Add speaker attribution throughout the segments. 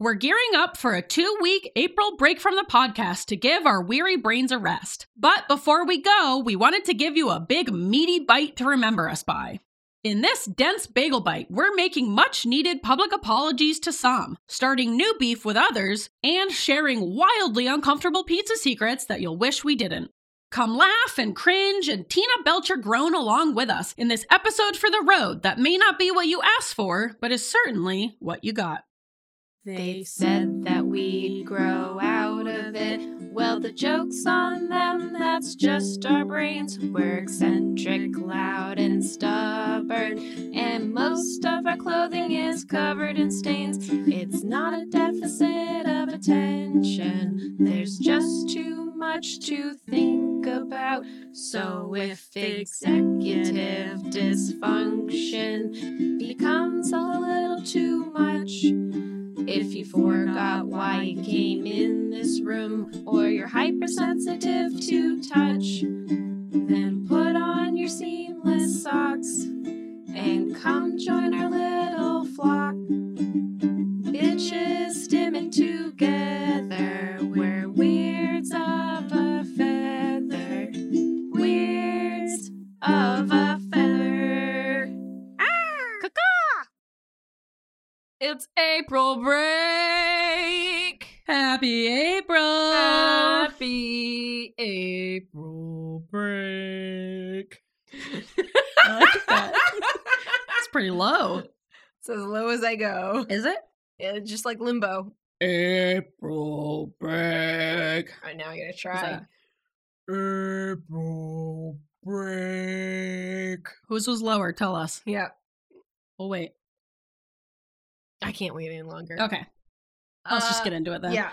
Speaker 1: We're gearing up for a two week April break from the podcast to give our weary brains a rest. But before we go, we wanted to give you a big, meaty bite to remember us by. In this dense bagel bite, we're making much needed public apologies to some, starting new beef with others, and sharing wildly uncomfortable pizza secrets that you'll wish we didn't. Come laugh and cringe and Tina Belcher groan along with us in this episode for the road that may not be what you asked for, but is certainly what you got.
Speaker 2: They said that we'd grow out of it. Well, the joke's on them, that's just our brains. We're eccentric, loud, and stubborn. And most of our clothing is covered in stains. It's not a deficit of attention, there's just too much to think about. So if executive dysfunction becomes a little too much, if you forgot why you came in this room or you're hypersensitive to touch, then put on your seamless socks and come join our little flock. Bitches stimming together, we're weirds of a feather. Weirds of a feather.
Speaker 1: It's April break. Happy April.
Speaker 2: Happy
Speaker 1: April break.
Speaker 3: I like that.
Speaker 1: That's pretty low.
Speaker 3: It's as low as I go.
Speaker 1: Is it?
Speaker 3: Yeah, just like limbo.
Speaker 1: April break.
Speaker 3: All right, now I gotta try.
Speaker 1: that- April break. Whose was lower? Tell us.
Speaker 3: Yeah,
Speaker 1: We'll wait.
Speaker 3: I can't wait any longer.
Speaker 1: Okay. Let's Oh, just
Speaker 3: Uh,
Speaker 1: get into it then.
Speaker 3: Yeah.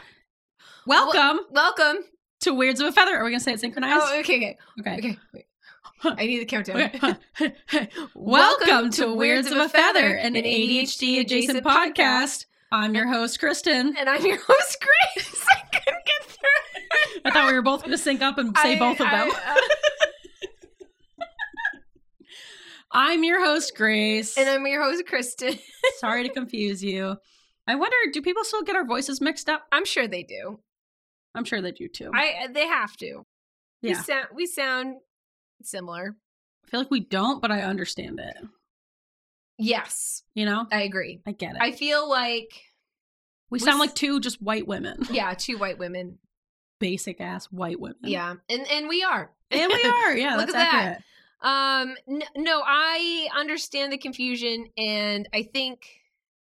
Speaker 1: Welcome
Speaker 3: Welcome.
Speaker 1: to Weirds of a Feather. Are we going to say it synchronized?
Speaker 3: Oh, okay, okay,
Speaker 1: okay.
Speaker 3: okay. Wait. I need the countdown.
Speaker 1: Okay. Welcome, to Weirds of a Feather, an ADHD adjacent podcast. I'm your host, Kristen.
Speaker 3: And I'm your host, Grace. I couldn't get through. it.
Speaker 1: I thought we were both going to sync up and say
Speaker 3: I-
Speaker 1: both of them.
Speaker 3: I, uh,
Speaker 1: I'm your host, Grace.
Speaker 3: and I'm your host, Kristen.
Speaker 1: sorry to confuse you. I wonder, do people still get our voices mixed up?
Speaker 3: I'm sure they do.
Speaker 1: I'm sure they do too. I
Speaker 3: I uh, they have to. We
Speaker 1: Yeah.
Speaker 3: sound we sound similar.
Speaker 1: feel like we don't, but I understand it.
Speaker 3: Yes,
Speaker 1: You know,
Speaker 3: I agree.
Speaker 1: I get it.
Speaker 3: I feel like
Speaker 1: we
Speaker 3: we
Speaker 1: sound
Speaker 3: s-
Speaker 1: like two just white women,
Speaker 3: yeah, two white women.
Speaker 1: basic ass white women.
Speaker 3: Yeah, and and we are.
Speaker 1: and we are. Yeah,
Speaker 3: Look
Speaker 1: that's
Speaker 3: at that.
Speaker 1: accurate.
Speaker 3: Um, n- no, I understand the confusion, and I think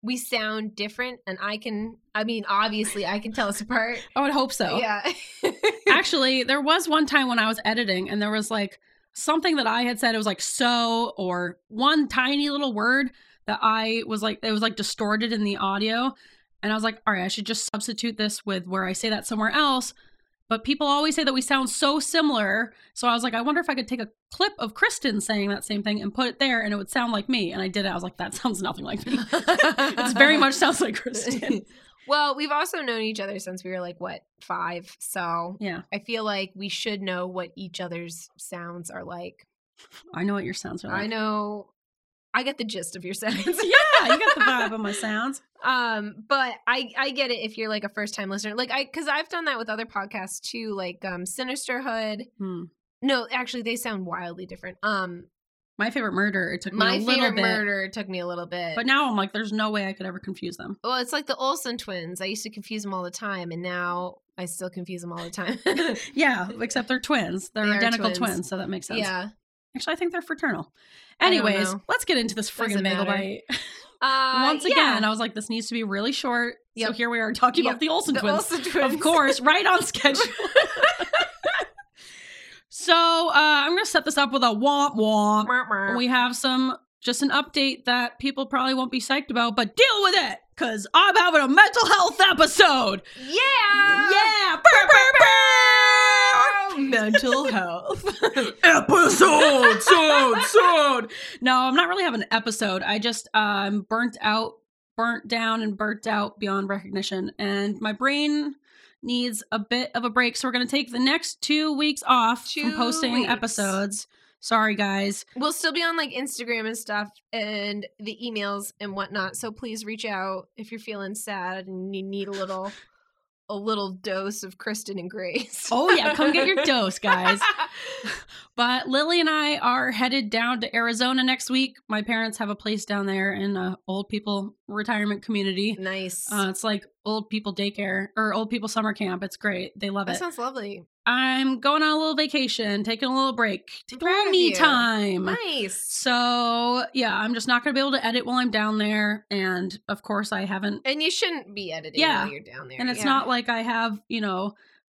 Speaker 3: we sound different. And I can, I mean, obviously, I can tell us apart.
Speaker 1: I would hope so.
Speaker 3: Yeah,
Speaker 1: Actually, there was one time when I was editing and there was like something that I had said. It was like so or one tiny little word that I was like, it was like distorted in the audio. And I was like, all right, I should just substitute this with where I say that somewhere else. But people always say that we sound so similar. So I was like, I wonder if I could take a clip of Kristen saying that same thing and put it there and it would sound like me. And I did it. I was like, that sounds nothing like me. it's very much sounds like Kristen.
Speaker 3: Well, we've also known each other since we were like what five, so
Speaker 1: Yeah.
Speaker 3: I feel like we should know what each other's sounds are like.
Speaker 1: I know what your sounds are like.
Speaker 3: I know, I get the gist of your sounds.
Speaker 1: yeah, you got the vibe of my sounds.
Speaker 3: um but i i get it if you're like a first time listener like i because i've done that with other podcasts too like um sinisterhood
Speaker 1: Hmm.
Speaker 3: no actually they sound wildly different um
Speaker 1: My favorite murder. It took me
Speaker 3: my
Speaker 1: a little
Speaker 3: favorite
Speaker 1: bit,
Speaker 3: murder took me a little bit
Speaker 1: but now I'm like, there's no way I could ever confuse them.
Speaker 3: well it's like the olsen twins i used to confuse them all the time and now i still confuse them all the time
Speaker 1: Yeah, except they're twins. They're
Speaker 3: They are
Speaker 1: identical twins.
Speaker 3: twins.
Speaker 1: so that makes sense.
Speaker 3: yeah
Speaker 1: Actually, I think they're fraternal.
Speaker 3: I don't
Speaker 1: Anyways,
Speaker 3: know.
Speaker 1: let's get into this friggin'
Speaker 3: Doesn't
Speaker 1: bagel
Speaker 3: matter.
Speaker 1: bite.
Speaker 3: uh
Speaker 1: Once
Speaker 3: yeah.
Speaker 1: again, I was like, this needs to be really short. So
Speaker 3: Yep.
Speaker 1: here we are talking
Speaker 3: Yep.
Speaker 1: about the Olsen
Speaker 3: the
Speaker 1: twins.
Speaker 3: olsen twins
Speaker 1: Of course, right on schedule. so uh, I'm going to set this up with a womp womp. We have some just an update that people probably won't be psyched about, but deal with it because I'm having a mental health episode.
Speaker 3: yeah
Speaker 1: yeah, brr, brr, brr.
Speaker 3: mental health
Speaker 1: episode, so, so. No, I'm not really having an episode. I just uh, I'm burnt out, burnt down, and burnt out beyond recognition, and my brain needs a bit of a break. So we're gonna take the next two weeks off
Speaker 3: Two
Speaker 1: from posting
Speaker 3: weeks.
Speaker 1: episodes Sorry, guys.
Speaker 3: We'll still be on like Instagram and stuff and the emails and whatnot. So please reach out if you're feeling sad and you need a little a little dose of Kristen and Grace.
Speaker 1: Oh, yeah. Come get your dose, guys. But Lily and I are headed down to Arizona next week. My parents have a place down there in a old people retirement community.
Speaker 3: nice.
Speaker 1: Uh, it's like old people daycare or old people summer camp. It's great. They love
Speaker 3: that
Speaker 1: it.
Speaker 3: sounds lovely.
Speaker 1: I'm going on a little vacation, taking a little break,
Speaker 3: proud of
Speaker 1: me
Speaker 3: you.
Speaker 1: time.
Speaker 3: Nice.
Speaker 1: So yeah, I'm just not gonna be able to edit while I'm down there, and of course I haven't.
Speaker 3: And you shouldn't be editing
Speaker 1: Yeah.
Speaker 3: while you're down there.
Speaker 1: And it's
Speaker 3: Yeah.
Speaker 1: not like I have you know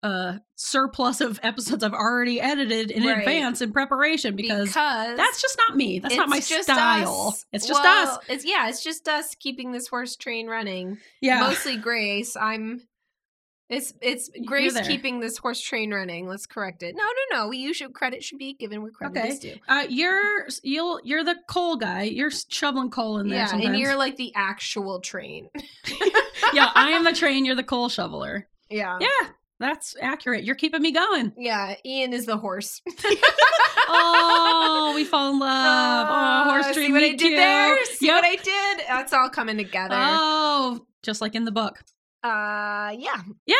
Speaker 1: a surplus of episodes I've already edited in
Speaker 3: Right.
Speaker 1: advance in preparation because,
Speaker 3: because
Speaker 1: that's just not me. That's not my
Speaker 3: It's just
Speaker 1: style.
Speaker 3: us.
Speaker 1: It's just us.
Speaker 3: Well, It's yeah, it's just us keeping this horse train running.
Speaker 1: Yeah.
Speaker 3: Mostly Grace. I'm it's it's
Speaker 1: You're
Speaker 3: Grace
Speaker 1: there.
Speaker 3: keeping this horse train running. Let's correct it. No, no, no. We you should credit should be given where credit
Speaker 1: Okay.
Speaker 3: is due.
Speaker 1: uh, you're you'll you're the coal guy. You're shoveling coal in there.
Speaker 3: Yeah,
Speaker 1: sometimes.
Speaker 3: and you're like the actual train.
Speaker 1: yeah. I am the train. You're the coal shoveler.
Speaker 3: yeah.
Speaker 1: Yeah, that's accurate. You're keeping me going.
Speaker 3: Yeah, Ian is the horse.
Speaker 1: Oh, we fall in love. Oh, horse
Speaker 3: see
Speaker 1: tree.
Speaker 3: what I
Speaker 1: meet
Speaker 3: did
Speaker 1: cute.
Speaker 3: there? See
Speaker 1: Yep.
Speaker 3: what I did? That's all coming together.
Speaker 1: Oh, just like in the book.
Speaker 3: Uh, yeah.
Speaker 1: Yeah.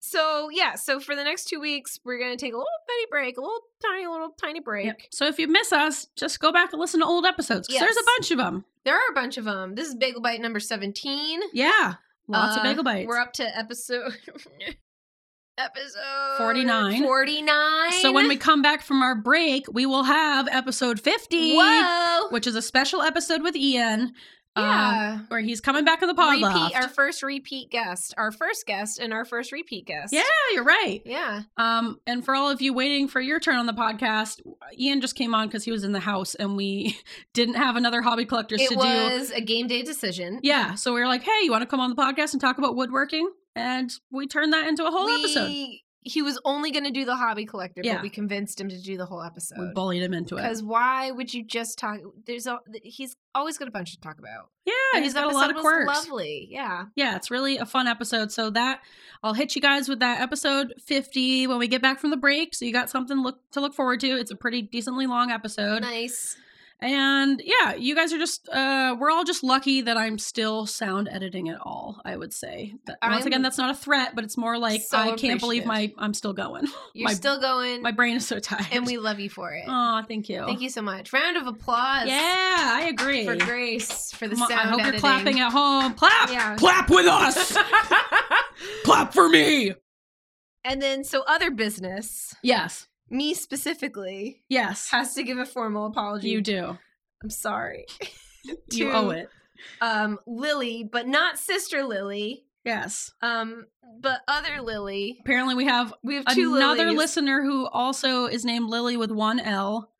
Speaker 3: So yeah, so for the next two weeks, we're gonna take a little petty break, a little tiny, little tiny break.
Speaker 1: Yep. So if you miss us, just go back and listen to old episodes. 'cause There's
Speaker 3: Yes.
Speaker 1: a bunch of them.
Speaker 3: There are a bunch of them. This is Bagel Bite number seventeen.
Speaker 1: Yeah. Lots
Speaker 3: Uh,
Speaker 1: of bagel bites.
Speaker 3: We're up to episode episode
Speaker 1: 49.
Speaker 3: Forty nine.
Speaker 1: so when we come back from our break, we will have episode 50,
Speaker 3: whoa,
Speaker 1: which is a special episode with Ian. um,
Speaker 3: yeah,
Speaker 1: where he's coming back in the pod
Speaker 3: repeat
Speaker 1: loft.
Speaker 3: our first repeat guest, our first guest, and our first repeat guest.
Speaker 1: yeah, you're right.
Speaker 3: yeah,
Speaker 1: Um, and for all of you waiting for your turn on the podcast, Ian just came on because he was in the house and we didn't have another hobby collectors to
Speaker 3: it
Speaker 1: do
Speaker 3: was a game day decision.
Speaker 1: Yeah. So we were like, hey, you want to come on the podcast and talk about woodworking? And we turned that into a whole episode.
Speaker 3: We- He was only going to do the hobby collector,
Speaker 1: Yeah.
Speaker 3: but we convinced him to do the whole
Speaker 1: We
Speaker 3: episode.
Speaker 1: bullied him into it.
Speaker 3: Because why would you just talk? There's a, he's always got a bunch to talk about.
Speaker 1: Yeah,
Speaker 3: And
Speaker 1: he's
Speaker 3: his
Speaker 1: got a lot of
Speaker 3: episode was
Speaker 1: quirks.
Speaker 3: Lovely, yeah.
Speaker 1: Yeah, it's really a fun episode. So that I'll hit you guys with that episode 50 when we get back from the break. So you got something look to look forward to. It's a pretty decently long episode.
Speaker 3: Nice.
Speaker 1: And yeah, you guys are just uh we're all just lucky that I'm still sound editing at all, I would say. That, once
Speaker 3: I'm
Speaker 1: again, that's not a threat, but it's more like
Speaker 3: so
Speaker 1: I can't believe
Speaker 3: appreciative.
Speaker 1: my I'm still going.
Speaker 3: You're
Speaker 1: My-
Speaker 3: still going,
Speaker 1: my brain is so tired.
Speaker 3: and we love you for it.
Speaker 1: Oh, thank you.
Speaker 3: Thank you so much. Round of applause.
Speaker 1: Yeah, I agree.
Speaker 3: For Grace for the
Speaker 1: Come on,
Speaker 3: sound.
Speaker 1: I hope
Speaker 3: editing.
Speaker 1: you're clapping at home. Clap!
Speaker 3: Yeah.
Speaker 1: Clap with us! Clap for me!
Speaker 3: and then, so other business,
Speaker 1: Yes.
Speaker 3: me specifically,
Speaker 1: Yes.
Speaker 3: has to give a formal apology.
Speaker 1: You do.
Speaker 3: I'm sorry.
Speaker 1: You
Speaker 3: To-
Speaker 1: owe it.
Speaker 3: Um, Lily, but not sister Lily.
Speaker 1: Yes.
Speaker 3: Um, but other Lily.
Speaker 1: Apparently, we have
Speaker 3: We have two
Speaker 1: another
Speaker 3: Lilies.
Speaker 1: listener who also is named Lily with one L,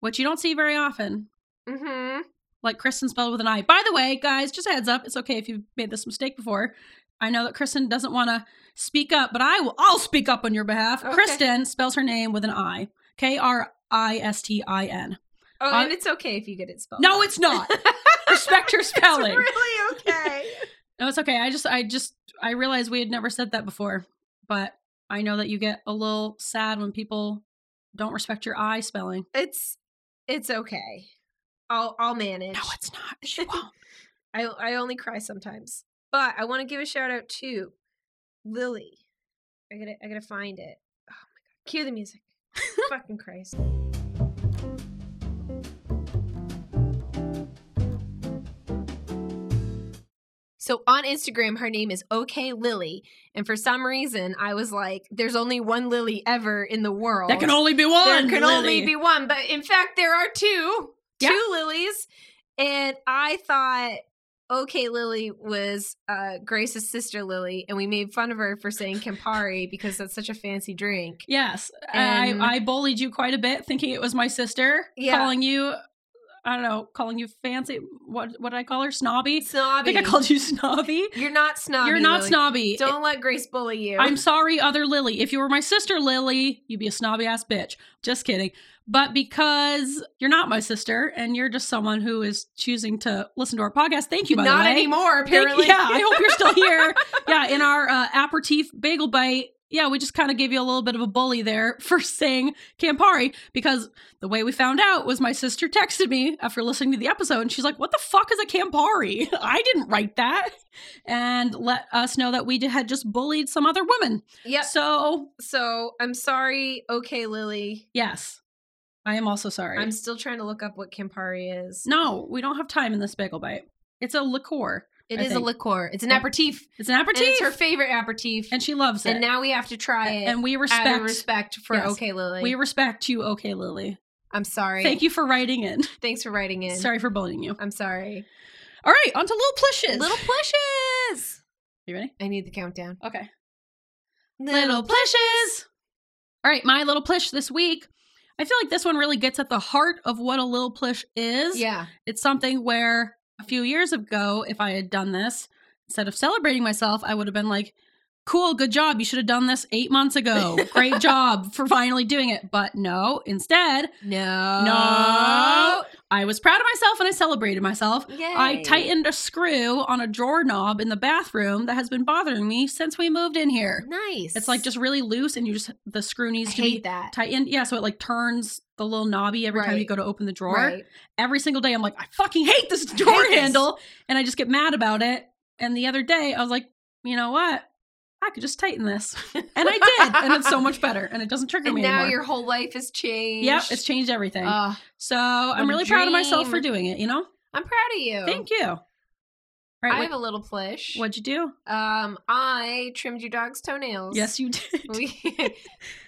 Speaker 1: which you don't see very often.
Speaker 3: Mm-hmm.
Speaker 1: Like Kristen spelled with an I. By the way, guys, just a heads up. It's okay if you've made this mistake before. I know that Kristen doesn't want to speak up, but I will. I'll speak up on your behalf.
Speaker 3: Okay.
Speaker 1: Kristen spells her name with an I. K R I S T I N.
Speaker 3: Oh,
Speaker 1: Uh,
Speaker 3: and it's okay if you get it spelled.
Speaker 1: No,
Speaker 3: wrong.
Speaker 1: it's not. Respect your spelling.
Speaker 3: It's really okay.
Speaker 1: no, it's okay. I just, I just, I realized we had never said that before, but I know that you get a little sad when people don't respect your I spelling.
Speaker 3: it's it's okay. I'll I'll manage.
Speaker 1: No, it's not. She won't.
Speaker 3: I I only cry sometimes. But I want to give a shout out to Lily. I gotta I gotta find it. Oh my god. Cue the music. Fucking Christ. So on Instagram, her name is OK Lily, and for some reason, I was like, "There's only one Lily ever in the world.
Speaker 1: That can only be one.
Speaker 3: There can only
Speaker 1: Lily.
Speaker 3: be one, but in fact, there are two,
Speaker 1: Yeah.
Speaker 3: two lilies. And I thought, okay, Lily was uh, Grace's sister, Lily, and we made fun of her for saying Campari because that's such a fancy drink.
Speaker 1: Yes,
Speaker 3: And-
Speaker 1: I, I bullied you quite a bit, thinking it was my sister
Speaker 3: Yeah.
Speaker 1: calling you. I don't know, calling you fancy. What what did I call her? Snobby. I
Speaker 3: Snobby.
Speaker 1: think I called you snobby.
Speaker 3: You're not snobby.
Speaker 1: You're not
Speaker 3: Lily.
Speaker 1: snobby.
Speaker 3: Don't let Grace bully you.
Speaker 1: I'm sorry, other Lily. If you were my sister Lily, you'd be a snobby ass bitch. Just kidding. But because you're not my sister and you're just someone who is choosing to listen to our podcast, thank you, by
Speaker 3: not
Speaker 1: the way. Thank-
Speaker 3: anymore, apparently.
Speaker 1: yeah, I hope you're still here. yeah, in our uh, aperitif bagel bite yeah, we just kind of gave you a little bit of a bully there for saying Campari because the way we found out was my sister texted me after listening to the episode and she's like, What the fuck is a Campari? I didn't write that. And let us know that we had just bullied some other woman.
Speaker 3: Yep.
Speaker 1: So,
Speaker 3: So I'm sorry. Okay, Lily.
Speaker 1: yes, I am also sorry.
Speaker 3: I'm still trying to look up what Campari is.
Speaker 1: no, we don't have time in this bagel bite. It's a liqueur,
Speaker 3: it
Speaker 1: I
Speaker 3: is a
Speaker 1: think-
Speaker 3: liqueur. It's an
Speaker 1: Yeah.
Speaker 3: aperitif.
Speaker 1: it's an aperitif.
Speaker 3: And it's her favorite aperitif.
Speaker 1: and she loves it.
Speaker 3: And now we have to try it.
Speaker 1: and we
Speaker 3: out of
Speaker 1: respect,
Speaker 3: respect for
Speaker 1: Yes.
Speaker 3: Okay, Lily.
Speaker 1: we respect you, okay, Lily.
Speaker 3: I'm sorry.
Speaker 1: Thank you for writing in.
Speaker 3: Thanks for writing in.
Speaker 1: Sorry for bullying you.
Speaker 3: I'm sorry.
Speaker 1: All right, on to little plushes.
Speaker 3: Little plushes.
Speaker 1: you ready?
Speaker 3: I need the countdown.
Speaker 1: Okay. Little plushes. All right, my little plush this week. I feel like this one really gets at the heart of what a little plush is.
Speaker 3: Yeah.
Speaker 1: It's something where a few years ago, if I had done this, instead of celebrating myself, I would have been like, cool, good job. You should have done this eight months ago. Great job for finally doing it. But no, instead,
Speaker 3: No.
Speaker 1: No. I was proud of myself and I celebrated myself.
Speaker 3: Yay.
Speaker 1: I tightened a screw on a drawer knob in the bathroom that has been bothering me since we moved in here.
Speaker 3: Nice.
Speaker 1: It's like just really loose, and you just the screw
Speaker 3: I
Speaker 1: needs to be
Speaker 3: hate that.
Speaker 1: tightened. Yeah, so it like turns the little knobby every time you
Speaker 3: Right.
Speaker 1: go to open the drawer.
Speaker 3: Right.
Speaker 1: Every single day, I'm like, I fucking hate this
Speaker 3: hate
Speaker 1: drawer
Speaker 3: this.
Speaker 1: handle, and I just get mad about it. And the other day, I was like, you know what? I could just tighten this, and I did, and it's so much better, and it doesn't trigger
Speaker 3: And
Speaker 1: me
Speaker 3: now
Speaker 1: anymore.
Speaker 3: your whole life has changed.
Speaker 1: Yep, it's changed everything.
Speaker 3: Ugh.
Speaker 1: so I'm
Speaker 3: a
Speaker 1: really proud of myself for
Speaker 3: dream.
Speaker 1: doing it. You know,
Speaker 3: I'm proud of you.
Speaker 1: thank you. All right,
Speaker 3: I
Speaker 1: what-
Speaker 3: have a little plush.
Speaker 1: What'd you do?
Speaker 3: Um, I trimmed your dog's toenails.
Speaker 1: Yes, you did.
Speaker 3: we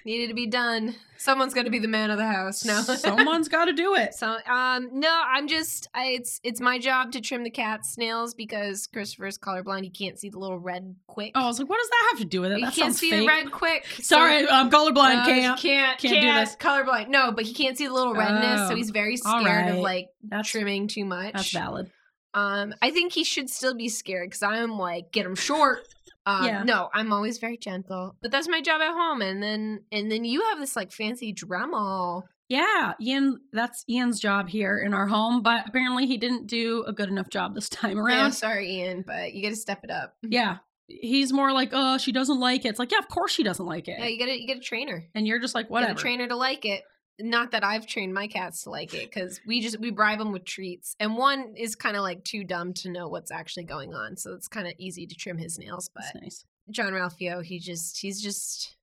Speaker 3: needed to be done. Someone's going to be the man of the house now.
Speaker 1: Someone's got to do it.
Speaker 3: So um no, I'm just I, it's it's my job to trim the cat's nails because Christopher's colorblind. He can't see the little red quick.
Speaker 1: Oh, I was like, what does that have to do with it?
Speaker 3: he
Speaker 1: That
Speaker 3: can't
Speaker 1: sounds
Speaker 3: see
Speaker 1: fake.
Speaker 3: the red quick. so-
Speaker 1: Sorry, I'm colorblind.
Speaker 3: Uh,
Speaker 1: can't.
Speaker 3: he
Speaker 1: can't
Speaker 3: can't
Speaker 1: do this.
Speaker 3: colorblind. No, but he can't see the little redness,
Speaker 1: Oh,
Speaker 3: so he's very
Speaker 1: all
Speaker 3: scared of
Speaker 1: right.
Speaker 3: like
Speaker 1: That's
Speaker 3: trimming too much.
Speaker 1: that's valid.
Speaker 3: Um, I think he should still be scared because I'm like, get him short. Um,
Speaker 1: Yeah.
Speaker 3: No, I'm always very gentle, but that's my job at home. And then and then you have this like fancy Dremel.
Speaker 1: Yeah, Ian. That's Ian's job here in our home, but apparently he didn't do a good enough job this time
Speaker 3: I'm
Speaker 1: around.
Speaker 3: sorry, Ian, but you got to step it up.
Speaker 1: Yeah, he's more like, oh, she doesn't like it. It's like, yeah, of course she doesn't like it.
Speaker 3: Yeah, you got to you got to train her.
Speaker 1: and you're just like,
Speaker 3: Got
Speaker 1: whatever.
Speaker 3: a trainer to like it. Not that I've trained my cats to like it because we just we bribe them with treats, and one is kind of like too dumb to know what's actually going on, so it's kind of easy to trim his nails. But
Speaker 1: That's nice.
Speaker 3: John Ralphio, he just he's just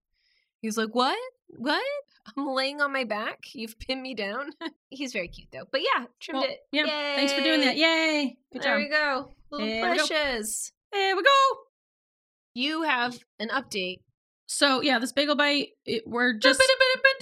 Speaker 3: he's like, What? What? I'm laying on my back. You've pinned me down. he's very cute though. But yeah, trimmed
Speaker 1: Well,
Speaker 3: it.
Speaker 1: yeah, Thanks for doing that.
Speaker 3: Yeah,
Speaker 1: Yay! Good
Speaker 3: there we
Speaker 1: job.
Speaker 3: go. Little
Speaker 1: There we go.
Speaker 3: plushes.
Speaker 1: There we go.
Speaker 3: You have an update.
Speaker 1: So yeah, this bagel bite. It, we're just. It's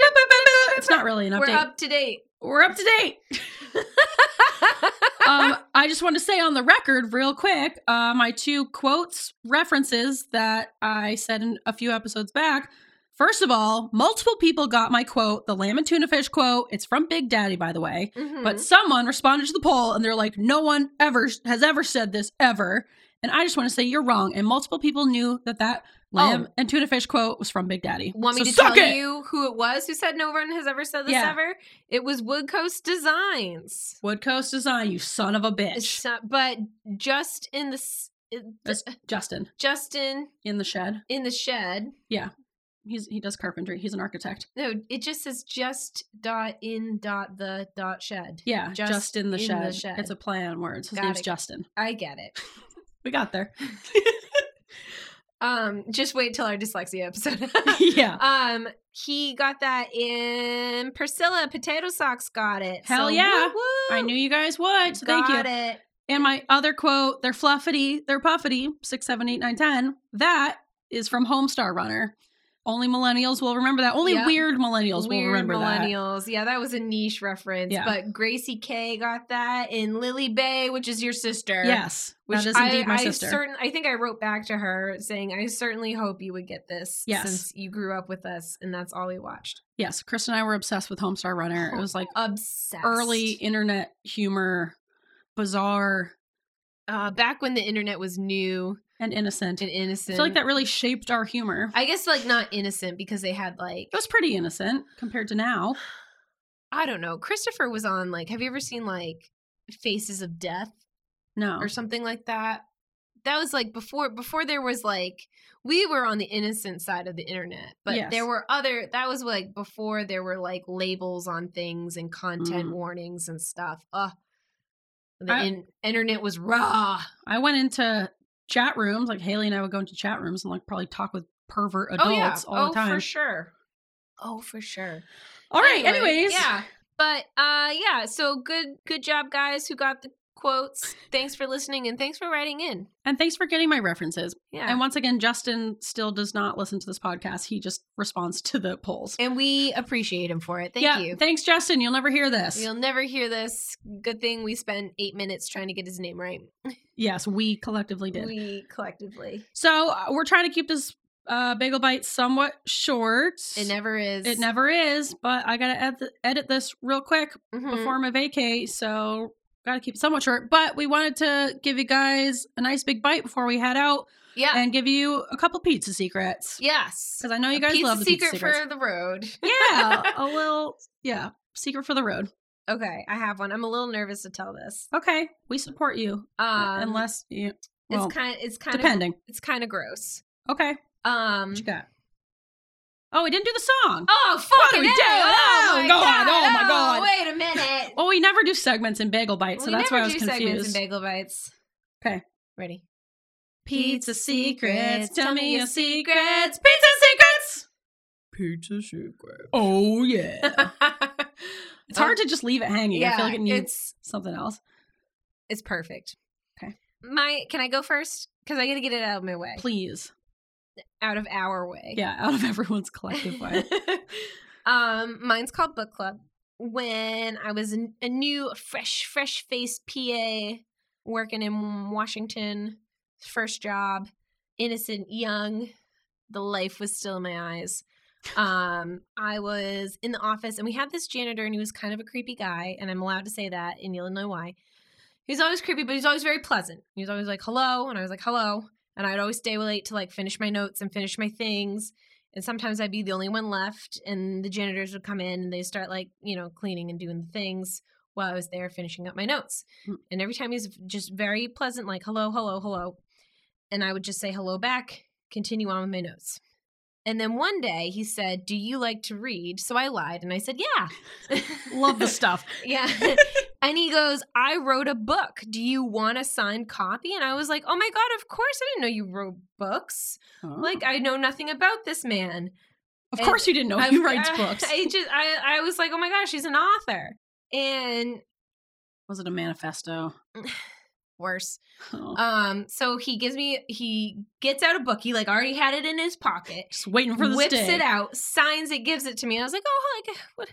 Speaker 3: it's
Speaker 1: not really an update.
Speaker 3: We're up to date.
Speaker 1: we're up to date. um, I just want to say on the record, real quick, uh, my two quotes references that I said in a few episodes back. First of all, multiple people got my quote, the lamb and tuna fish quote. It's from Big Daddy, by the way.
Speaker 3: Mm-hmm.
Speaker 1: But someone responded to the poll and they're like, no one ever has ever said this ever. And I just want to say you're wrong. And multiple people knew that that lamb and tuna fish quote was from Big Daddy.
Speaker 3: Oh. Want me
Speaker 1: So
Speaker 3: to
Speaker 1: suck
Speaker 3: tell
Speaker 1: it!
Speaker 3: you who it was who said no one has ever said this
Speaker 1: Yeah.
Speaker 3: ever? It was Woodcoast Designs.
Speaker 1: Woodcoast Design, you son of a
Speaker 3: It's
Speaker 1: bitch.
Speaker 3: not, but just in the s- it-
Speaker 1: That's Justin
Speaker 3: Justin
Speaker 1: in the shed.
Speaker 3: in the shed.
Speaker 1: He's he does carpentry. He's an architect.
Speaker 3: No, it just says just dot in dot the dot shed.
Speaker 1: Yeah,
Speaker 3: Just
Speaker 1: just, in, the,
Speaker 3: in
Speaker 1: shed.
Speaker 3: the shed.
Speaker 1: It's a play on words. His
Speaker 3: Got
Speaker 1: name's
Speaker 3: it.
Speaker 1: Justin.
Speaker 3: I get it.
Speaker 1: We got there.
Speaker 3: Um, just wait till our dyslexia episode.
Speaker 1: yeah.
Speaker 3: um, he got that in Priscilla Potato Socks got it.
Speaker 1: Hell
Speaker 3: So,
Speaker 1: yeah.
Speaker 3: woo-woo.
Speaker 1: I knew you guys would. So thank you.
Speaker 3: got it.
Speaker 1: And my other quote, they're fluffity, they're puffity, six, seven, eight, nine, ten. That is from Homestar Runner. Only millennials will remember that. Only
Speaker 3: Yep.
Speaker 1: weird millennials will remember that.
Speaker 3: millennials. Yeah, that was a niche reference.
Speaker 1: Yeah.
Speaker 3: But Gracie K got that in Lily Bay, which is your sister.
Speaker 1: Yes.
Speaker 3: Which
Speaker 1: that is indeed
Speaker 3: I,
Speaker 1: my
Speaker 3: I
Speaker 1: sister.
Speaker 3: certain I think I wrote back to her saying, I certainly hope you would get this
Speaker 1: Yes.
Speaker 3: since you grew up with us and that's all we watched.
Speaker 1: yes. Chris and I were obsessed with Homestar Runner.
Speaker 3: Oh,
Speaker 1: It was like
Speaker 3: Obsessed.
Speaker 1: early internet humor, bizarre
Speaker 3: uh, back when the internet was new
Speaker 1: and innocent.
Speaker 3: and innocent.
Speaker 1: I feel like that really shaped our humor.
Speaker 3: I guess like not innocent because they had like
Speaker 1: It was pretty innocent compared to now.
Speaker 3: I don't know. Christopher was on like have you ever seen like Faces of Death
Speaker 1: No.
Speaker 3: or something like that? that was like before before there was like we were on the innocent side of the internet, but
Speaker 1: Yes.
Speaker 3: there were other that was like before there were like labels on things and content
Speaker 1: Mm.
Speaker 3: warnings and stuff. Ugh. The
Speaker 1: I-
Speaker 3: in- internet was raw.
Speaker 1: I went into chat rooms, like Haley and I would go into chat rooms and like probably talk with pervert adults all
Speaker 3: oh,
Speaker 1: the time.
Speaker 3: for sure. Oh, for sure.
Speaker 1: All right,
Speaker 3: Anyway,
Speaker 1: anyways.
Speaker 3: Yeah. But uh yeah, so good good job guys who got the quotes. Thanks for listening and thanks for writing in.
Speaker 1: And thanks for getting my references.
Speaker 3: Yeah.
Speaker 1: And once again, Justin still does not listen to this podcast. He just responds to the polls.
Speaker 3: And we appreciate him for it. Thank
Speaker 1: yeah,
Speaker 3: you.
Speaker 1: Thanks, Justin. You'll never hear this.
Speaker 3: You'll never hear this. Good thing we spent eight minutes trying to get his name right.
Speaker 1: yes, we collectively did.
Speaker 3: We collectively.
Speaker 1: so uh, we're trying to keep this uh, bagel bite somewhat short.
Speaker 3: It never is.
Speaker 1: It never is, but I gotta ed- edit this real quick
Speaker 3: Mhm.
Speaker 1: before my vacay, so gotta keep it somewhat short. But we wanted to give you guys a nice big bite before we head out,
Speaker 3: Yeah.
Speaker 1: and give you a couple pizza secrets
Speaker 3: yes.
Speaker 1: because I know you guys
Speaker 3: Pizza
Speaker 1: love the
Speaker 3: secret
Speaker 1: pizza secrets.
Speaker 3: for the road.
Speaker 1: yeah, a little yeah, secret for the road.
Speaker 3: Okay, I have one. I'm a little nervous to tell this.
Speaker 1: Okay, we support you uh,
Speaker 3: Um,
Speaker 1: unless you well,
Speaker 3: it's kind. It's kind of.
Speaker 1: depending.
Speaker 3: It's kind of gross.
Speaker 1: okay,
Speaker 3: Um.
Speaker 1: what you got? Oh, we didn't do the song.
Speaker 3: Oh, fucking
Speaker 1: do we
Speaker 3: A.
Speaker 1: do? Oh, my God. Oh, my God.
Speaker 3: Wait a minute.
Speaker 1: Oh, we never do segments in Bagel Bite, so
Speaker 3: We
Speaker 1: that's why I was
Speaker 3: never do segments and
Speaker 1: confused.
Speaker 3: bagel bites.
Speaker 1: Okay.
Speaker 3: Ready.
Speaker 1: Pizza secrets. Tell me your secrets.
Speaker 3: Pizza secrets.
Speaker 1: Pizza secrets. Oh yeah. It's hard to just leave it hanging. I feel like it needs
Speaker 3: it's
Speaker 1: something else.
Speaker 3: it's perfect.
Speaker 1: Okay.
Speaker 3: My can I go first? Because I gotta get it out of my way.
Speaker 1: Please.
Speaker 3: Out of our way.
Speaker 1: Yeah, out of everyone's collective way.
Speaker 3: um, mine's called book club. When I was an- a new, fresh, fresh faced PA working in Washington, first job, innocent, young, the life was still in my eyes. Um, I was in the office and we had this janitor and he was kind of a creepy guy, and I'm allowed to say that, and you'll know why. He's always creepy, but he's always very pleasant. He was always like, hello, and I was like, hello. And I'd always stay late to like finish my notes and finish my things and sometimes I'd be the only one left, and the janitors would come in and they start like you know cleaning and doing things while I was there finishing up my notes.
Speaker 1: Mm.
Speaker 3: And every time he's just very pleasant, like hello, hello, hello, and I would just say hello back, continue on with my notes. And then one day he said, "Do you like to read?" So I lied and I said, "Yeah."
Speaker 1: Love the stuff.
Speaker 3: Yeah. and he goes, I wrote a book. Do you want a signed copy? And I was like, oh my God, of course. I didn't know you wrote books. Like, I know nothing about this man.
Speaker 1: of course you didn't know
Speaker 3: I-
Speaker 1: Oh, he writes
Speaker 3: I-
Speaker 1: books.
Speaker 3: I just I, I was like, oh my gosh, he's an author. And
Speaker 1: was it a manifesto?
Speaker 3: worse.
Speaker 1: Oh,
Speaker 3: Um, so he gives me he gets out a book. He like already had it in his pocket,
Speaker 1: just waiting for this
Speaker 3: whips
Speaker 1: day.
Speaker 3: it out, signs it, gives it to me. And I was like, oh like what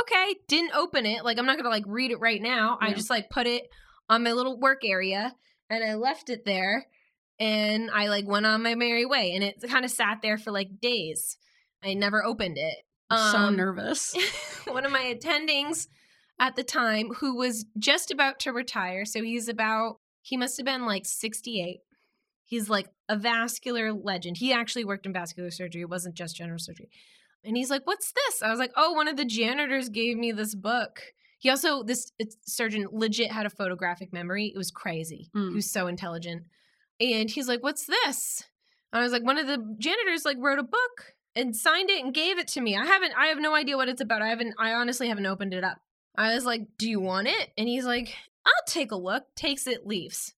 Speaker 3: okay. Didn't open it. Like I'm not gonna like read it right now. I
Speaker 1: Yeah.
Speaker 3: just like put it on my little work area and I left it there and I like went on my merry way and it kind of sat there for like days. I never opened it.
Speaker 1: I'm so
Speaker 3: Um,
Speaker 1: nervous.
Speaker 3: one of my attendings at the time who was just about to retire. So he's about, he must have been like 68. He's like a vascular legend. He actually worked in vascular surgery, it wasn't just general surgery. And he's like, What's this? I was like, Oh, one of the janitors gave me this book. He also, this it's- surgeon legit had a photographic memory. It was crazy.
Speaker 1: Mm.
Speaker 3: He was so intelligent. And he's like, What's this? And I was like, one of the janitors like wrote a book and signed it and gave it to me. I haven't I have no idea what it's about. I haven't I honestly haven't opened it up. I was like, "Do you want it?" And he's like, "I'll take a look." Takes it, leaves.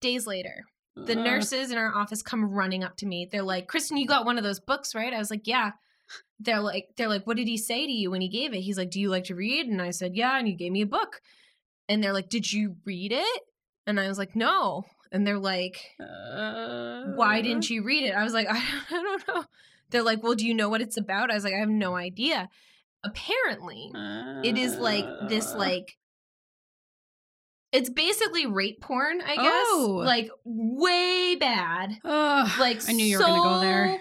Speaker 3: Days later, the
Speaker 1: Uh,
Speaker 3: nurses in our office come running up to me. They're like, "Kristen, you got one of those books, right?" I was like, "Yeah." They're like, "They're like, what did he say to you when he gave it?" He's like, "Do you like to read?" And I said, "Yeah." And he gave me a book. And they're like, "Did you read it?" And I was like, "No." And they're like,
Speaker 1: uh,
Speaker 3: why didn't you read it? I was like, I don't, I don't know. They're like, well, do you know what it's about? I was like, I have no idea. Apparently, it is like this,
Speaker 1: Uh,
Speaker 3: like, it's basically rape porn, I guess.
Speaker 1: Oh.
Speaker 3: Like, way bad.
Speaker 1: ugh,
Speaker 3: Like,
Speaker 1: I knew you were gonna go there.
Speaker 3: so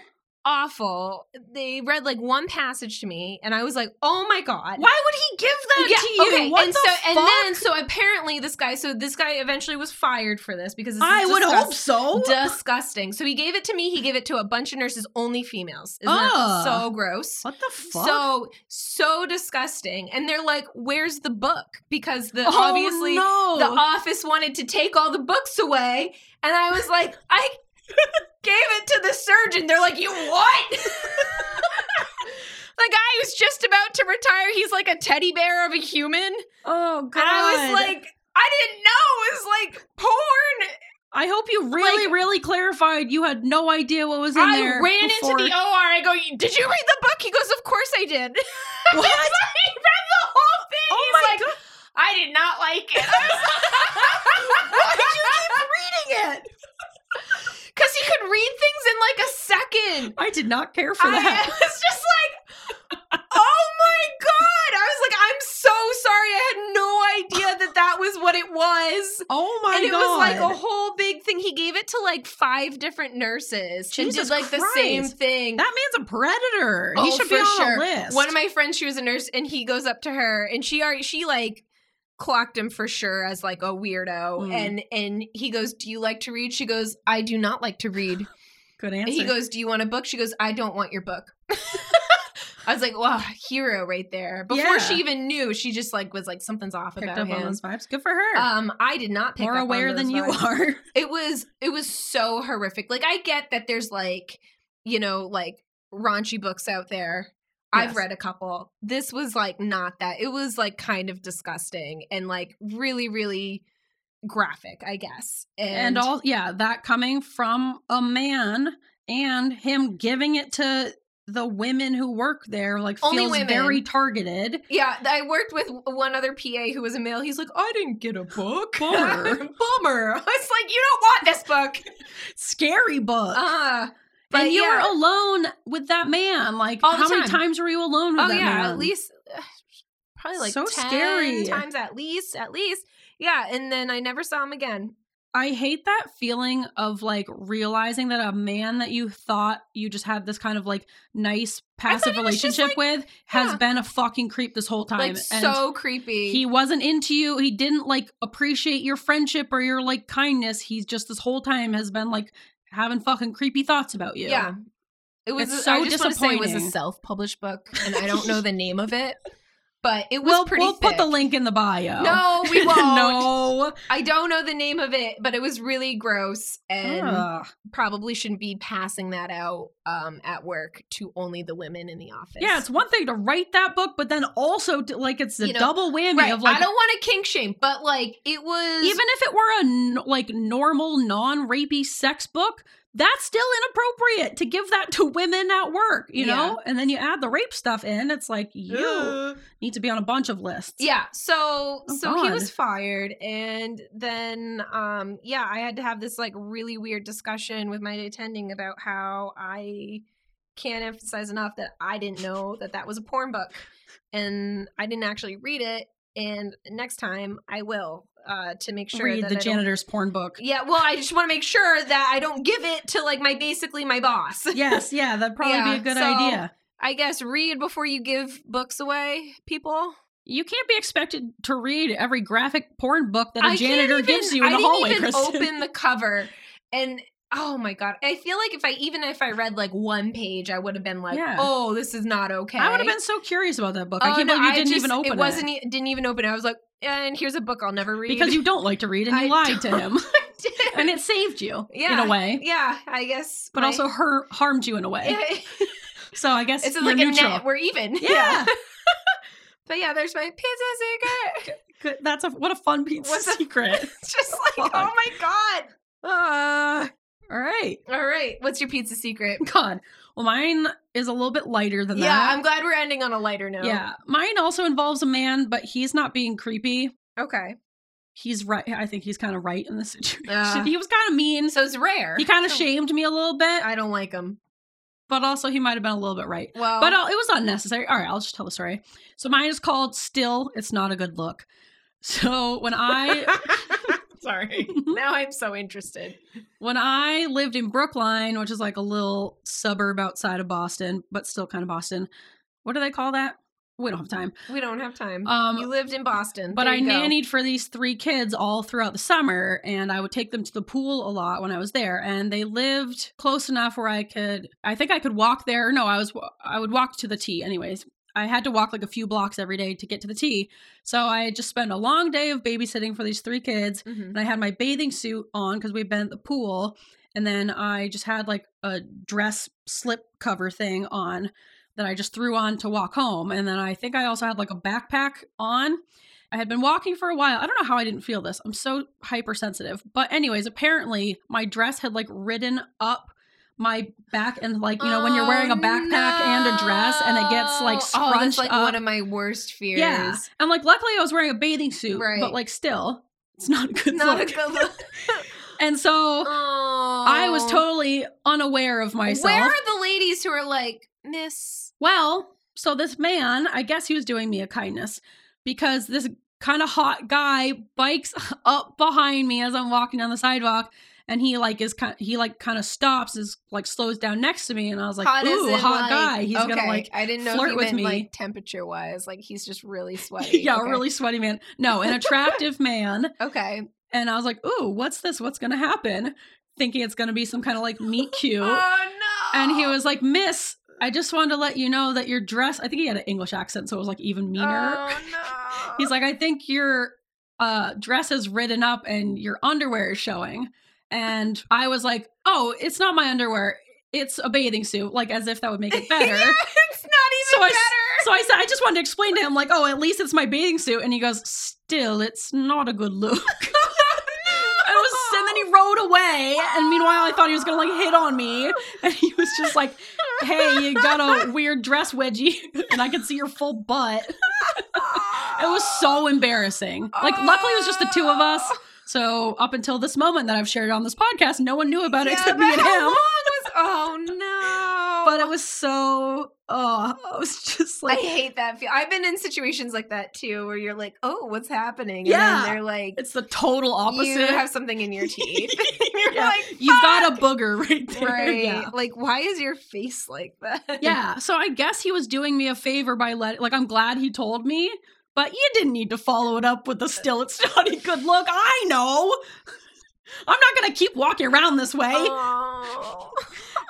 Speaker 3: awful. They read like one passage to me, and I was like, "Oh my god!"
Speaker 1: Why would he give that to you?
Speaker 3: Okay.
Speaker 1: What
Speaker 3: and
Speaker 1: the
Speaker 3: so
Speaker 1: fuck?
Speaker 3: and then so apparently this guy so this guy eventually was fired for this because this is
Speaker 1: I would hope
Speaker 3: disgust-
Speaker 1: so.
Speaker 3: Disgusting. So he gave it to me. He gave it to a bunch of nurses, only females. Isn't that
Speaker 1: Ugh.
Speaker 3: so gross?
Speaker 1: what the fuck?
Speaker 3: So so disgusting. And they're like, "Where's the book?" Because the
Speaker 1: Oh,
Speaker 3: obviously
Speaker 1: no.
Speaker 3: the office wanted to take all the books away, and I was like, "I gave it to the surgeon." They're like, "You what?" the guy who's just about to retire, he's like a teddy bear of a human.
Speaker 1: oh god.
Speaker 3: And I was like, I didn't know it was like porn.
Speaker 1: I hope you really,
Speaker 3: like-
Speaker 1: really clarified. You had no idea what was in
Speaker 3: I
Speaker 1: there.
Speaker 3: ran
Speaker 1: before.
Speaker 3: into the OR. I go, "Did you read the book?" He goes, "Of course I did."
Speaker 1: What?
Speaker 3: he read the whole thing.
Speaker 1: Oh
Speaker 3: He's
Speaker 1: my
Speaker 3: like,
Speaker 1: god!
Speaker 3: I did not like it.
Speaker 1: Why did you keep reading it?
Speaker 3: Because he could read things in like a second.
Speaker 1: I did not care for
Speaker 3: I
Speaker 1: that.
Speaker 3: was just like, oh my god! I was like, I'm so sorry. I had no idea that that was what it was.
Speaker 1: Oh my
Speaker 3: and it
Speaker 1: god!
Speaker 3: was like a whole big thing. He gave it to like five different nurses and
Speaker 1: Jesus
Speaker 3: did like the same
Speaker 1: Christ.
Speaker 3: thing.
Speaker 1: that man's a predator. he
Speaker 3: Oh,
Speaker 1: should be
Speaker 3: for
Speaker 1: on
Speaker 3: sure.
Speaker 1: a list.
Speaker 3: One of my friends, she was a nurse, and he goes up to her, and she already she like clocked him for sure as like a weirdo,
Speaker 1: Mm.
Speaker 3: and and he goes, "Do you like to read?" She goes, "I do not like to read."
Speaker 1: good
Speaker 3: And
Speaker 1: answer.
Speaker 3: he goes, "Do you want a book?" She goes, "I don't want your book." I was like, "Wow, hero right there!" Before
Speaker 1: Yeah.
Speaker 3: she even knew, she just like was like, "Something's off
Speaker 1: picked
Speaker 3: about
Speaker 1: up on
Speaker 3: him."
Speaker 1: those vibes. Good for her.
Speaker 3: Um, I did not pick
Speaker 1: More
Speaker 3: up on
Speaker 1: aware
Speaker 3: those
Speaker 1: than you
Speaker 3: vibes
Speaker 1: are.
Speaker 3: it was it was so horrific like i get that there's like you know like raunchy books out there i've
Speaker 1: Yes.
Speaker 3: read a couple this was like not that it was like kind of disgusting and like really really graphic i guess
Speaker 1: and all yeah that coming from a man and him giving it to the women who work there like
Speaker 3: Only
Speaker 1: feels
Speaker 3: women.
Speaker 1: very targeted
Speaker 3: yeah th- i worked with one other pa who was a male he's like i didn't get a book
Speaker 1: Bummer.
Speaker 3: bummer i was like you don't want this book
Speaker 1: scary book
Speaker 3: uh
Speaker 1: but
Speaker 3: but
Speaker 1: and you
Speaker 3: yeah.
Speaker 1: were alone with that man like
Speaker 3: All the
Speaker 1: how many
Speaker 3: time.
Speaker 1: times were you alone with
Speaker 3: oh
Speaker 1: that
Speaker 3: yeah
Speaker 1: man
Speaker 3: at least uh, probably like
Speaker 1: So
Speaker 3: 10
Speaker 1: scary.
Speaker 3: times at least at least yeah and then i never saw him again
Speaker 1: i hate that feeling of like realizing that a man that you thought you just had this kind of like nice
Speaker 3: I thought
Speaker 1: passive
Speaker 3: he was just,
Speaker 1: relationship
Speaker 3: like-
Speaker 1: with has
Speaker 3: yeah.
Speaker 1: been a fucking creep this whole time
Speaker 3: like
Speaker 1: and
Speaker 3: so creepy
Speaker 1: he wasn't into you he didn't like appreciate your friendship or your like kindness he's just this whole time has been like having fucking creepy thoughts about you
Speaker 3: yeah it was
Speaker 1: It's
Speaker 3: so I
Speaker 1: so
Speaker 3: just wanna say it was a
Speaker 1: disappointing.
Speaker 3: self-published book and i don't know the name of it but it was
Speaker 1: we'll,
Speaker 3: pretty
Speaker 1: we'll put the
Speaker 3: thick.
Speaker 1: link in the bio
Speaker 3: no we won't
Speaker 1: no
Speaker 3: i don't know the name of it but it was really gross and
Speaker 1: Ugh.
Speaker 3: probably shouldn't be passing that out um at work to only the women in the office
Speaker 1: yeah it's one thing to write that book but then also to, like it's the
Speaker 3: You know,
Speaker 1: double whammy
Speaker 3: right
Speaker 1: of like
Speaker 3: i don't want to kink shame but like it was
Speaker 1: even if it were a n- like normal non-rapey sex book that's still inappropriate to give that to women at work you
Speaker 3: Yeah.
Speaker 1: know and then you add the rape stuff in it's like you need to be on a bunch of lists
Speaker 3: Yeah. So
Speaker 1: Oh,
Speaker 3: so he was
Speaker 1: God.
Speaker 3: fired and then um yeah, I had to have this like really weird discussion with my attending about how I can't emphasize enough that I didn't know that that was a porn book and I didn't actually read it and next time I will uh to make sure
Speaker 1: read
Speaker 3: that
Speaker 1: the
Speaker 3: I don't-
Speaker 1: janitor's porn book
Speaker 3: Yeah, well, I just want to make sure that I don't give it to like my basically my boss.
Speaker 1: yes, yeah, that'd probably
Speaker 3: Yeah,
Speaker 1: be a good
Speaker 3: so-
Speaker 1: idea.
Speaker 3: I guess read before you give books away, people.
Speaker 1: You can't be expected to read every graphic porn book that
Speaker 3: I
Speaker 1: a janitor
Speaker 3: can't even-
Speaker 1: gives you in
Speaker 3: I
Speaker 1: the
Speaker 3: didn't
Speaker 1: hallway,
Speaker 3: even
Speaker 1: Kristen.
Speaker 3: open the cover, and oh my god, I feel like if I even if I read like one page, I would have been like,
Speaker 1: Yeah.
Speaker 3: oh, this is not okay.
Speaker 1: I would have been so curious about that book. I
Speaker 3: Oh,
Speaker 1: can't
Speaker 3: no,
Speaker 1: believe you didn't
Speaker 3: just-
Speaker 1: even open it.
Speaker 3: It wasn't e- didn't even open it. I was like, and here's a book I'll never read
Speaker 1: because you don't like to read and you
Speaker 3: I
Speaker 1: lied to
Speaker 3: don't.
Speaker 1: him.
Speaker 3: did.
Speaker 1: and it saved you
Speaker 3: Yeah.
Speaker 1: in a way,
Speaker 3: yeah, I guess,
Speaker 1: but
Speaker 3: my-
Speaker 1: also her harmed you in a way.
Speaker 3: Yeah,
Speaker 1: So I guess
Speaker 3: it's
Speaker 1: you're
Speaker 3: like a
Speaker 1: neutral.
Speaker 3: net. We're even.
Speaker 1: yeah.
Speaker 3: but yeah, there's my pizza secret.
Speaker 1: Good. That's a what a fun pizza
Speaker 3: What's a-
Speaker 1: secret.
Speaker 3: It's just
Speaker 1: Fuck.
Speaker 3: like,
Speaker 1: Ah.
Speaker 3: oh my god. Uh,
Speaker 1: All right.
Speaker 3: all right, what's your pizza secret?
Speaker 1: God. Well, mine is a little bit lighter than
Speaker 3: Yeah,
Speaker 1: that.
Speaker 3: I'm glad we're ending on a lighter note.
Speaker 1: Yeah. Mine also involves a man, but he's not being creepy.
Speaker 3: Okay.
Speaker 1: he's right. I think he's kind of right in this situation.
Speaker 3: Uh,
Speaker 1: he was kind of mean.
Speaker 3: So it's rare.
Speaker 1: He kind of
Speaker 3: So-
Speaker 1: shamed me a little bit,
Speaker 3: I don't like him.
Speaker 1: but also he might have been a little bit right.
Speaker 3: Well,
Speaker 1: But uh, it was unnecessary. All right, I'll just tell the story. So mine is called "Still It's Not a Good Look." So when I
Speaker 3: Sorry. now I'm so interested.
Speaker 1: When I lived in Brookline, which is like a little suburb outside of Boston, but still kind of Boston, what do they call that? We don't have time.
Speaker 3: We don't have time.
Speaker 1: Um,
Speaker 3: you lived in Boston.
Speaker 1: But
Speaker 3: Mm, There
Speaker 1: I
Speaker 3: you go.
Speaker 1: nannied for these three kids all throughout the summer, and I would take them to the pool a lot when I was there. And they lived close enough where I could, I think I could walk there. No, I was, I would walk to the tee. Anyways, I had to walk like a few blocks every day to get to the tee. So I just spent a long day of babysitting for these three kids,
Speaker 3: Mhm.
Speaker 1: and I had my bathing suit on because we'd been at the pool, and then I just had like a dress slip cover thing on that I just threw on to walk home. And then I think I also had like a backpack on. I had been walking for a while. I don't know how I didn't feel this. I'm so hypersensitive. But, anyways, apparently my dress had like ridden up my back. And, like, you know, when you're wearing a
Speaker 3: Oh,
Speaker 1: backpack and a dress and it gets like
Speaker 3: no. oh, that's
Speaker 1: scrunched
Speaker 3: like
Speaker 1: up.
Speaker 3: one of my worst fears.
Speaker 1: yeah. And, like, luckily I was wearing a bathing suit,
Speaker 3: Right.
Speaker 1: but, like, still, it's not a good
Speaker 3: Not a
Speaker 1: look.
Speaker 3: good look.
Speaker 1: and so
Speaker 3: oh.
Speaker 1: I was totally unaware of myself.
Speaker 3: Where are the ladies who are like, Miss?
Speaker 1: Well, so this man, I guess he was doing me a kindness because this kind of hot guy bikes up behind me as I'm walking down the sidewalk and he like is kind he like kind of stops is like slows down next to me and I was like,
Speaker 3: hot as
Speaker 1: "Ooh,
Speaker 3: in,
Speaker 1: hot
Speaker 3: like-
Speaker 1: guy. He's going to
Speaker 3: okay,
Speaker 1: like
Speaker 3: I didn't know
Speaker 1: flirt
Speaker 3: if you
Speaker 1: with
Speaker 3: meant
Speaker 1: me.
Speaker 3: like temperature wise. Like he's just really sweaty.
Speaker 1: yeah,
Speaker 3: okay.
Speaker 1: really sweaty man. No, an attractive man.
Speaker 3: Okay.
Speaker 1: And I was like, "Ooh, what's this? What's going to happen?" Thinking it's going to be some kind of like meet cute.
Speaker 3: Oh no.
Speaker 1: and he was like, "Miss, I just wanted to let you know that your dress, I think he had an English accent, so it was like even meaner.
Speaker 3: Oh no.
Speaker 1: He's like, I think your uh, dress is ridden up and your underwear is showing. And I was like, oh, it's not my underwear. It's a bathing suit, like as if that would make it better.
Speaker 3: yeah, it's
Speaker 1: So
Speaker 3: not even
Speaker 1: I s-
Speaker 3: better.
Speaker 1: So I said, I just wanted to explain to him, like, oh, at least it's my bathing suit. And he goes, still, it's not a good look. And, it was, and then he rode away. And meanwhile, I thought he was going to like hit on me. And he was just like, hey, you got a weird dress wedgie. And I could see your full butt. It was so embarrassing. Like, luckily, it was just the two of us. So, up until this moment that I've shared on this podcast, no one knew about it
Speaker 3: Yeah,
Speaker 1: except
Speaker 3: but
Speaker 1: me and
Speaker 3: how
Speaker 1: him.
Speaker 3: long was- oh no.
Speaker 1: But it was so, oh, I was just like,
Speaker 3: I hate that feel. I've been in situations like that too, where you're like, "Oh, what's happening?" And
Speaker 1: Yeah.
Speaker 3: then they're like,
Speaker 1: it's the total opposite.
Speaker 3: "You have something in your teeth." and you're
Speaker 1: Yeah.
Speaker 3: like,
Speaker 1: You've got a booger right
Speaker 3: "Fuck."
Speaker 1: there.
Speaker 3: right.
Speaker 1: Yeah.
Speaker 3: Like, why is your face like that?
Speaker 1: Yeah. So I guess he was doing me a favor by letting, like, I'm glad he told me, but you didn't need to follow it up
Speaker 3: Uh,
Speaker 1: with the still, it's not a good look. I know. I'm not going to keep walking around this way.
Speaker 3: Oh.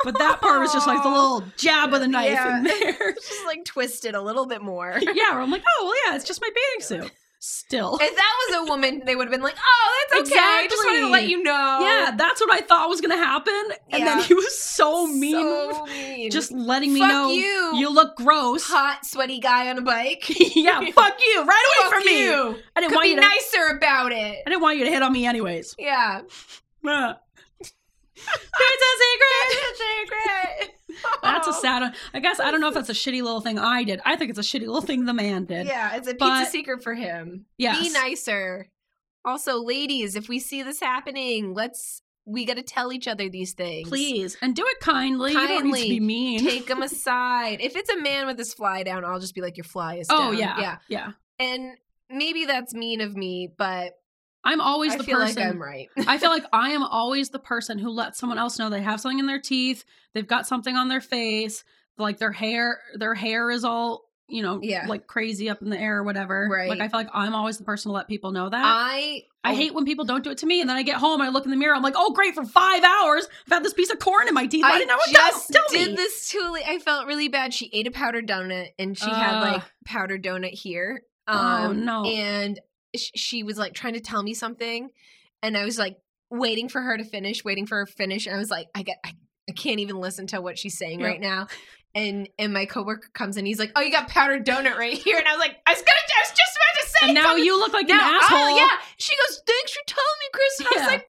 Speaker 1: But that part was just like the little jab of the knife in there.
Speaker 3: Just like twist it a little bit more.
Speaker 1: yeah. Where I'm like, oh, well, yeah, it's just my bathing suit. Still.
Speaker 3: If that was a woman, they would have been like, "Oh, that's okay. I just wanted to let
Speaker 1: Exactly.
Speaker 3: you know."
Speaker 1: Yeah, that's what I thought was going to happen. And then
Speaker 3: oh. Yeah.
Speaker 1: he was so mean,
Speaker 3: So mean.
Speaker 1: just letting me
Speaker 3: Fuck
Speaker 1: know
Speaker 3: you.
Speaker 1: look gross.
Speaker 3: hot, sweaty guy on a bike.
Speaker 1: yeah, fuck you, right away
Speaker 3: Fuck
Speaker 1: from me.
Speaker 3: you.
Speaker 1: I didn't
Speaker 3: Could
Speaker 1: want
Speaker 3: be
Speaker 1: you to.
Speaker 3: nicer about it.
Speaker 1: I didn't want you to hit on me, anyways.
Speaker 3: Yeah.
Speaker 1: Ah. it's a secret. That's a
Speaker 3: Oh.
Speaker 1: sad one. I guess I don't know if that's a shitty little thing I did. I think it's a shitty little thing the man did.
Speaker 3: Yeah, it's a pizza
Speaker 1: But-
Speaker 3: secret for him.
Speaker 1: Yes.
Speaker 3: Be nicer. Also, ladies, if we see this happening, let's we got to tell each other these things.
Speaker 1: Please and do it kindly. You don't need to
Speaker 3: Kindly.
Speaker 1: be mean.
Speaker 3: take them aside. If it's a man with his fly down, I'll just be like, "Your fly is
Speaker 1: oh
Speaker 3: down."
Speaker 1: yeah,
Speaker 3: yeah.
Speaker 1: yeah.
Speaker 3: And maybe that's mean of me, but
Speaker 1: I'm always
Speaker 3: I
Speaker 1: the
Speaker 3: feel like I'm
Speaker 1: person.
Speaker 3: right.
Speaker 1: I feel like I am always the person who lets someone else know they have something in their teeth. They've got something on their face. Like their hair, their hair is all you know,
Speaker 3: Yeah.
Speaker 1: like crazy up in the air or whatever.
Speaker 3: Right.
Speaker 1: Like I feel like I'm always the person to let people know that.
Speaker 3: I
Speaker 1: I hate when people don't do it to me, and then I get home, I look in the mirror, I'm like, oh great, for five hours I've had this piece of corn in my teeth. I, didn't know what
Speaker 3: just
Speaker 1: that was. Tell
Speaker 3: did
Speaker 1: me.
Speaker 3: this to. Lee. I felt really bad. She ate a powdered donut, and she had
Speaker 1: Ugh.
Speaker 3: like powdered donut here. um,
Speaker 1: Oh, no.
Speaker 3: And sh- she was like trying to tell me something, and I was like waiting for her to finish, waiting for her to finish, and I was like, I get, I, I can't even listen to what she's saying
Speaker 1: Yep.
Speaker 3: right now. And and my coworker comes in, he's like, "Oh, you got powdered donut right here," and I was like, "I was gonna, I was just about to say."
Speaker 1: and now
Speaker 3: something."
Speaker 1: you look like an
Speaker 3: Now-
Speaker 1: asshole.
Speaker 3: Oh, yeah. She goes, "Thanks for telling me, Chris." And I
Speaker 1: Yeah.
Speaker 3: was like,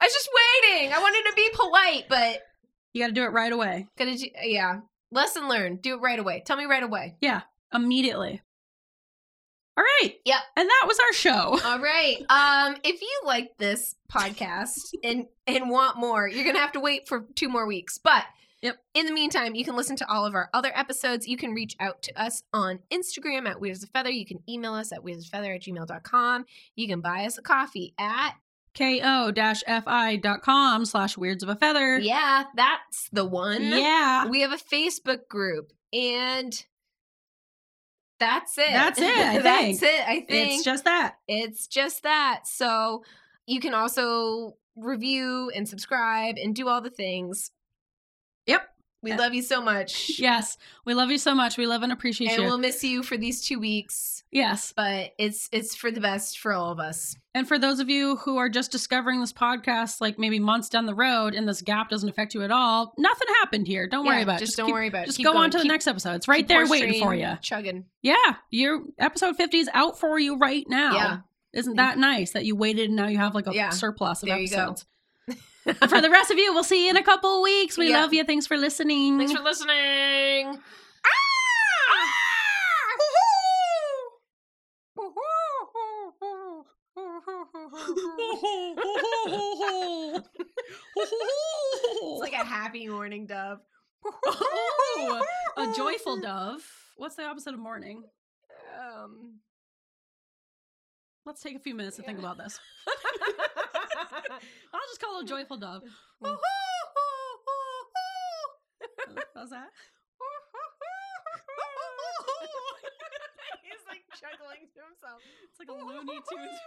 Speaker 3: "I was just waiting. I wanted to be polite, but."
Speaker 1: You got to do it right away,
Speaker 3: Gonna do, uh, yeah. Lesson learned. Do it right away. Tell me right away.
Speaker 1: immediately. All right.
Speaker 3: Yep.
Speaker 1: And that was our show.
Speaker 3: All right. Um, if you like this podcast and and want more, you're gonna have to wait for two more weeks. But
Speaker 1: Yep.
Speaker 3: in the meantime, you can listen to all of our other episodes. You can reach out to us on Instagram at Weird as a Feather. You can email us at weirdasafeather at gmail.com. You can buy us a coffee at
Speaker 1: ko-fi.com slash weirds of a feather.
Speaker 3: Yeah, that's the one.
Speaker 1: Yeah.
Speaker 3: We have a Facebook group and that's it.
Speaker 1: That's it, I
Speaker 3: that's
Speaker 1: think.
Speaker 3: it, I think.
Speaker 1: It's just that.
Speaker 3: It's just that. So you can also review and subscribe and do all the things.
Speaker 1: Yep.
Speaker 3: We love you so much.
Speaker 1: Yes. We love you so much. We love and appreciate
Speaker 3: And
Speaker 1: you.
Speaker 3: we'll miss you for these two weeks,
Speaker 1: yes.
Speaker 3: but it's it's for the best for all of us.
Speaker 1: And for those of you who are just discovering this podcast, like maybe months down the road, and this gap doesn't affect you at all, nothing happened here. Don't worry
Speaker 3: Yeah,
Speaker 1: about it.
Speaker 3: Just, don't
Speaker 1: keep-
Speaker 3: worry about it.
Speaker 1: Just
Speaker 3: Keep
Speaker 1: go
Speaker 3: going.
Speaker 1: on to the
Speaker 3: Keep-
Speaker 1: next episode. It's right
Speaker 3: keep
Speaker 1: there
Speaker 3: horse
Speaker 1: waiting for
Speaker 3: trading,
Speaker 1: you.
Speaker 3: Chugging.
Speaker 1: Yeah. Your episode 50 is out for you right now.
Speaker 3: Yeah.
Speaker 1: Isn't that nice that you waited and now you have like a
Speaker 3: Yeah.
Speaker 1: surplus of
Speaker 3: There you go.
Speaker 1: episodes? for the rest of you, we'll see you in a couple weeks. We
Speaker 3: Yeah.
Speaker 1: love you. Thanks for listening.
Speaker 3: Thanks for listening. It's like a happy morning dove.
Speaker 1: a joyful dove. What's the opposite of mourning?
Speaker 3: Um.
Speaker 1: Let's take a few minutes to think
Speaker 3: Yeah.
Speaker 1: about this. I'll just call it a joyful dove. How's that?
Speaker 3: He's like chuckling to himself.
Speaker 1: It's like a Looney Tunes.